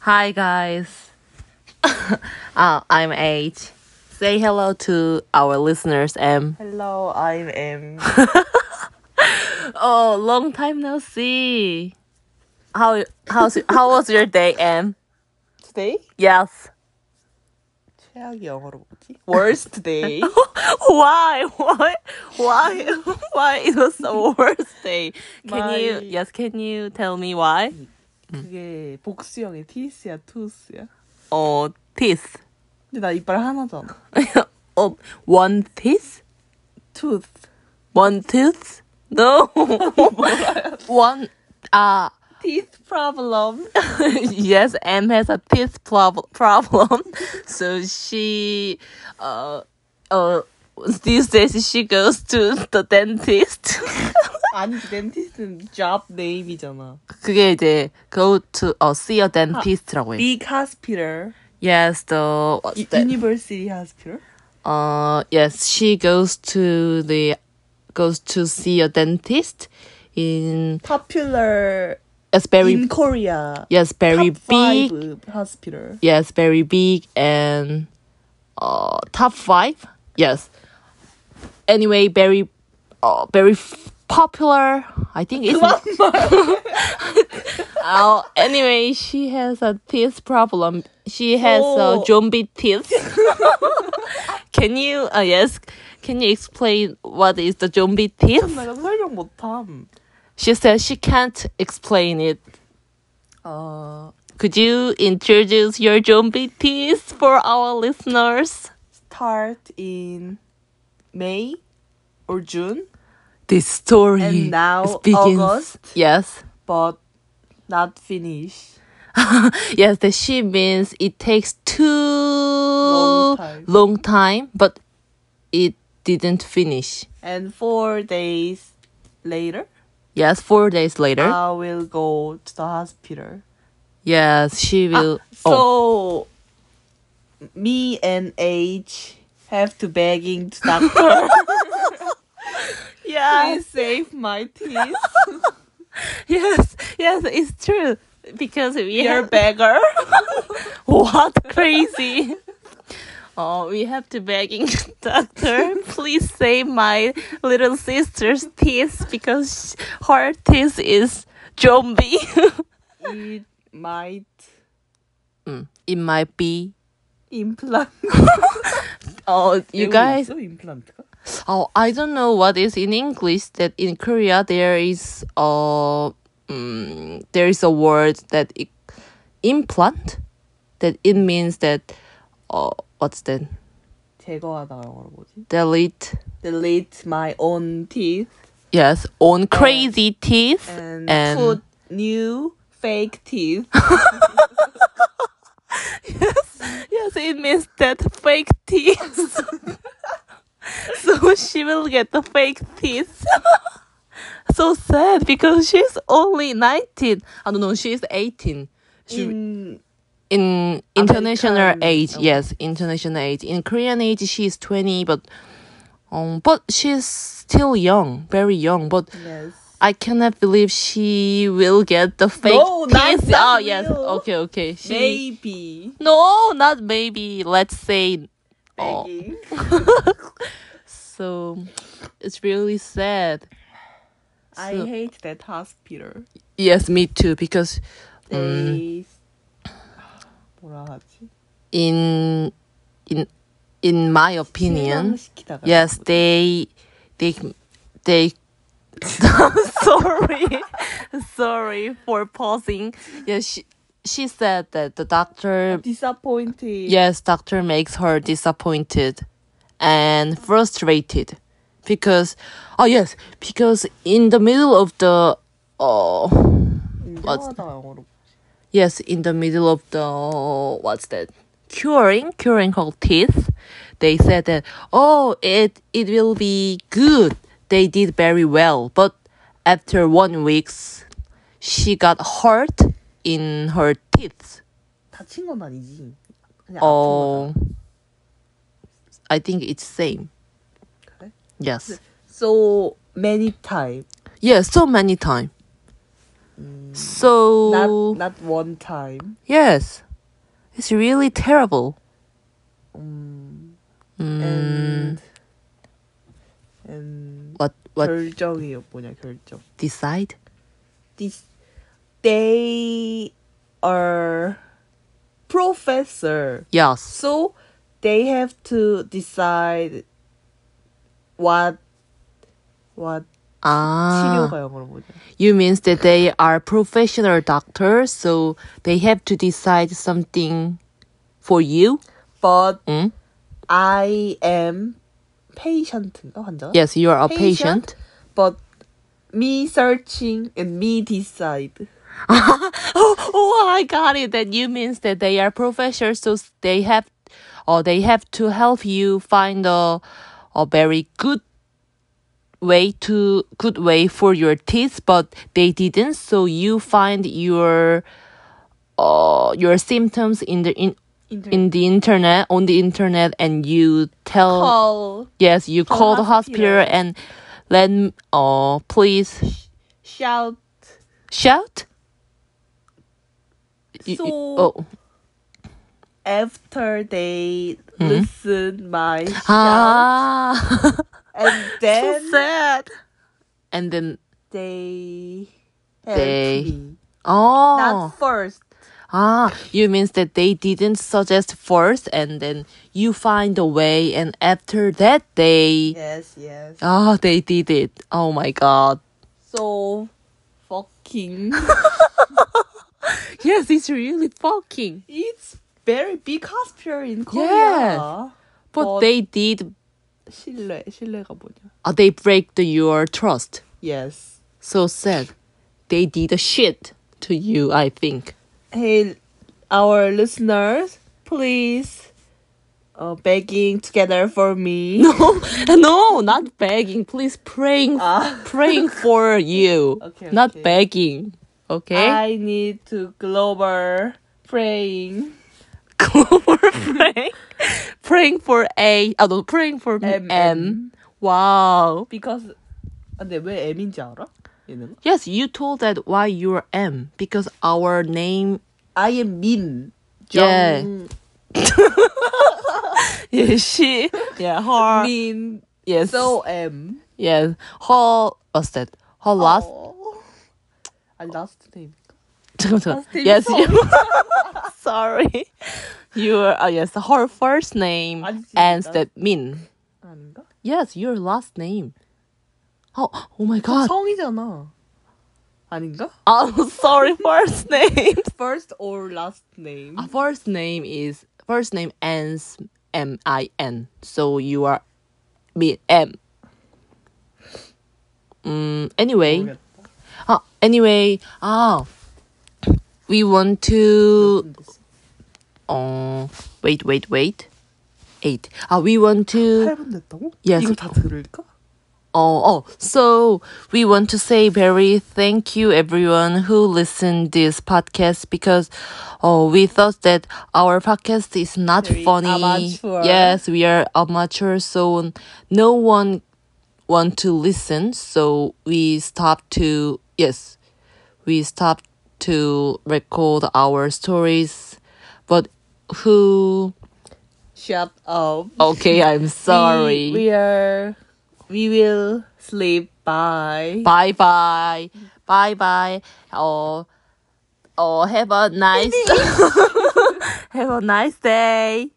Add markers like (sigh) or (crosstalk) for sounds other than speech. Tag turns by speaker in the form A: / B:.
A: Hi guys. (laughs) uh, I'm H. Say hello to our listeners M.
B: Hello, I'm M.
A: Oh, long time no see. How how's how was your day M?
B: Today?
A: Yes.
B: 최악의 영어로 뭐지? Worst (laughs) day.
A: Why? (laughs) Why? Why? (laughs) Why it was the worst day? Can you
B: My-
A: yes, can you tell me why?
B: 그게 복수형의 티스야, 투스야.
A: Oh, teeth. (laughs)
B: 근데 나 이빨 하나잖아.
A: oh, one teeth?
B: Tooth.
A: One tooth? No. (laughs) one uh
B: Teeth problem.
A: (laughs) yes, M has a teeth prob- problem, (laughs) so she, uh, uh, these days she goes to the dentist.
B: (laughs)
A: (laughs)
B: 아니, dentist는 job name이잖아.
A: 그게 이제 go to uh, see a dentist라고 해.
B: Big hospital.
A: Yes, the what's
B: U-
A: that?
B: University hospital.
A: Uh, yes, she goes to the goes to see a dentist in
B: Popular
A: it's very
B: in Korea.
A: yes very
B: Top
A: big
B: five hospital.
A: yes very big and uh top five yes anyway very uh very f- popular i think it's (laughs) uh, anyway she has a teeth problem she has
B: Oh.
A: a zombie teeth (laughs) can you uh yes can you explain what is the zombie teeth
B: 내가 설명 못함.
A: she says she can't explain it
B: 어,
A: could you introduce your zombie teeth for our listeners
B: start in May or June.
A: This story
B: And now
A: is begins.
B: August.
A: Yes, (laughs)
B: but not finish.
A: yes. The she means it takes too long
B: time.
A: time, but it didn't finish.
B: And four days later,
A: Yes, four days later.
B: I will go to the hospital.
A: yes, she will. oh,
B: uh, So, me and H have to begging
A: (laughs)
B: to (laughs) doctor.
A: yes,
B: Please save my teeth.
A: (laughs) yes, yes. It's true because we are
B: You're beggar.
A: (laughs) what crazy. Oh, we have to begging (laughs) doctor, please save my little sister's teeth because her teeth is zombie. (laughs)
B: It might
A: it might be.
B: implant.
A: (laughs) Oh, you guys.
B: implant.
A: Oh, I don't know what is in English. That in Korea there is a um, there is a word that it, implant. That it means that. Oh, what's that?
B: 제거하다 영어로 뭐지?
A: Delete.
B: Delete my own teeth
A: Yes, on crazy teeth
B: and,
A: and
B: put new fake
A: (laughs)
B: teeth.
A: yes, it means that fake teeth. (laughs) so she will get the fake teeth. (laughs) so sad because she's only 19. I don't know, she's 18. She, in,
B: In
A: international
B: American-
A: age, yes, international age. In Korean age, she is 20, but um, but she's still young, very young. But
B: yes.
A: I cannot believe she will get the fake
B: No, not-
A: teeth.
B: not
A: oh yes,
B: real.
A: okay, okay. She,
B: Maybe.
A: No, not maybe. Let's say. Oh,
B: Begging.
A: (laughs) so it's really sad.
B: I
A: So-
B: hate that hospital.
A: Yes, me too. Because um,
B: They 뭐라 하지?
A: in in in my opinion,
B: 실망시키다가
A: yes, they they they. (laughs) sorry, (laughs) sorry for pausing. Yes, she she said that the doctor.
B: disappointed.
A: Yes, doctor makes her disappointed and frustrated because oh yes, because in the middle of the oh
B: 인정하다 영어로.
A: yes, in the middle of the what's that? Curing, curing her teeth. They said that oh it it will be good. They did very well, but after one weeks she got hurt in her teeth.
B: 다친 건 아니지. 그냥
A: Oh, I think it's same.
B: 아픈 거잖아. 그래?
A: Yes.
B: So many times.
A: Yeah, so many time. So
B: Mm. Not not one time.
A: yes, it's really terrible.
B: And and
A: What what
B: 결정이요 뭐냐 결정.
A: decide?
B: This they are professor,
A: Yes.
B: so they have to decide what what
A: Ah,
B: 치료가 영어로 뭐냐.
A: you means that they are professional doctors, so they have to decide something for you.
B: But
A: 응?
B: I am patient인가 환자?
A: Yes, you are a patient.
B: patient, but me searching and me decide.
A: oh, oh, I got it. That you means that they are professors, so they have, or they have to help you find a, a very good way to good way for your teeth. But they didn't, so you find your, uh, your symptoms in the in. In the internet, on the internet, and you tell
B: Call
A: yes, you call, the hospital
B: hospital.
A: and let oh please
B: shout
A: shout. You- you-
B: so
A: oh.
B: after they
A: Mm-hmm.
B: listen my shout
A: Ah, (laughs)
B: and then
A: sad. And then
B: they help
A: They-
B: me.
A: oh
B: Not first.
A: ah, you means that they didn't suggest first, and then you find a way, and after that they
B: Yes, yes.
A: ah they did it. Oh my god.
B: So fucking
A: Yes, it's really fucking.
B: it's very big hospital in Korea.
A: Yes. But
B: But-
A: they did.
B: 신뢰 신뢰가 뭐냐?
A: Uh, they break the, your trust.
B: Yes.
A: So sad. They did a shit to you. I think. (laughs)
B: hey our listeners please uh, begging together for me
A: No, no, not begging. Please praying, praying for (laughs) you.
B: Okay,
A: not
B: okay.
A: begging. Okay.
B: i need to global praying
A: Global praying, praying for a. Oh no, praying for M.
B: M,
A: Wow.
B: because 아, 근데 왜 M인지 알아? 얘는
A: Yes, you told that why you're M because our name.
B: I am Min
A: Yeah. (laughs)
B: Jung
A: Yes, she. Yeah, her.
B: Min
A: Yes.
B: So M
A: yes, her. What's that? Her last. (laughs)
B: 어. 아니 last name
A: 잠깐, 잠깐.
B: Last name
A: Yes,
B: is
A: you. (laughs) Sorry. Your uh, yes, her first name
B: 아니지,
A: ends
B: 나-
A: that Min.
B: 아닌가?
A: Yes, your last name. Oh, oh my god.
B: 성이잖아 아닌가?
A: Oh, (laughs) sorry, first name.
B: First or last name
A: Uh, First name is first name ends M I N. So you are Min M. Mm, anyway,
B: 모르겠다.
A: uh, anyway, ah, we want to Oh, wait, wait, wait. Eight. Uh, we want to.
B: 8분 됐다고?
A: Yes.
B: 이거 다 들을까?
A: Oh, oh. So we want to say very thank you everyone who listened this podcast because, oh, we thought that our podcast is not
B: Very
A: funny.
B: amateur.
A: Yes, we are amateur, so no one want to listen. So we stopped to yes, we stopped to record our stories, but who
B: Shut up.
A: Okay, I'm sorry.
B: (laughs) We, we are. We will sleep. Bye.
A: bye bye. Bye bye. Oh, (laughs) oh, have a nice, have a nice day.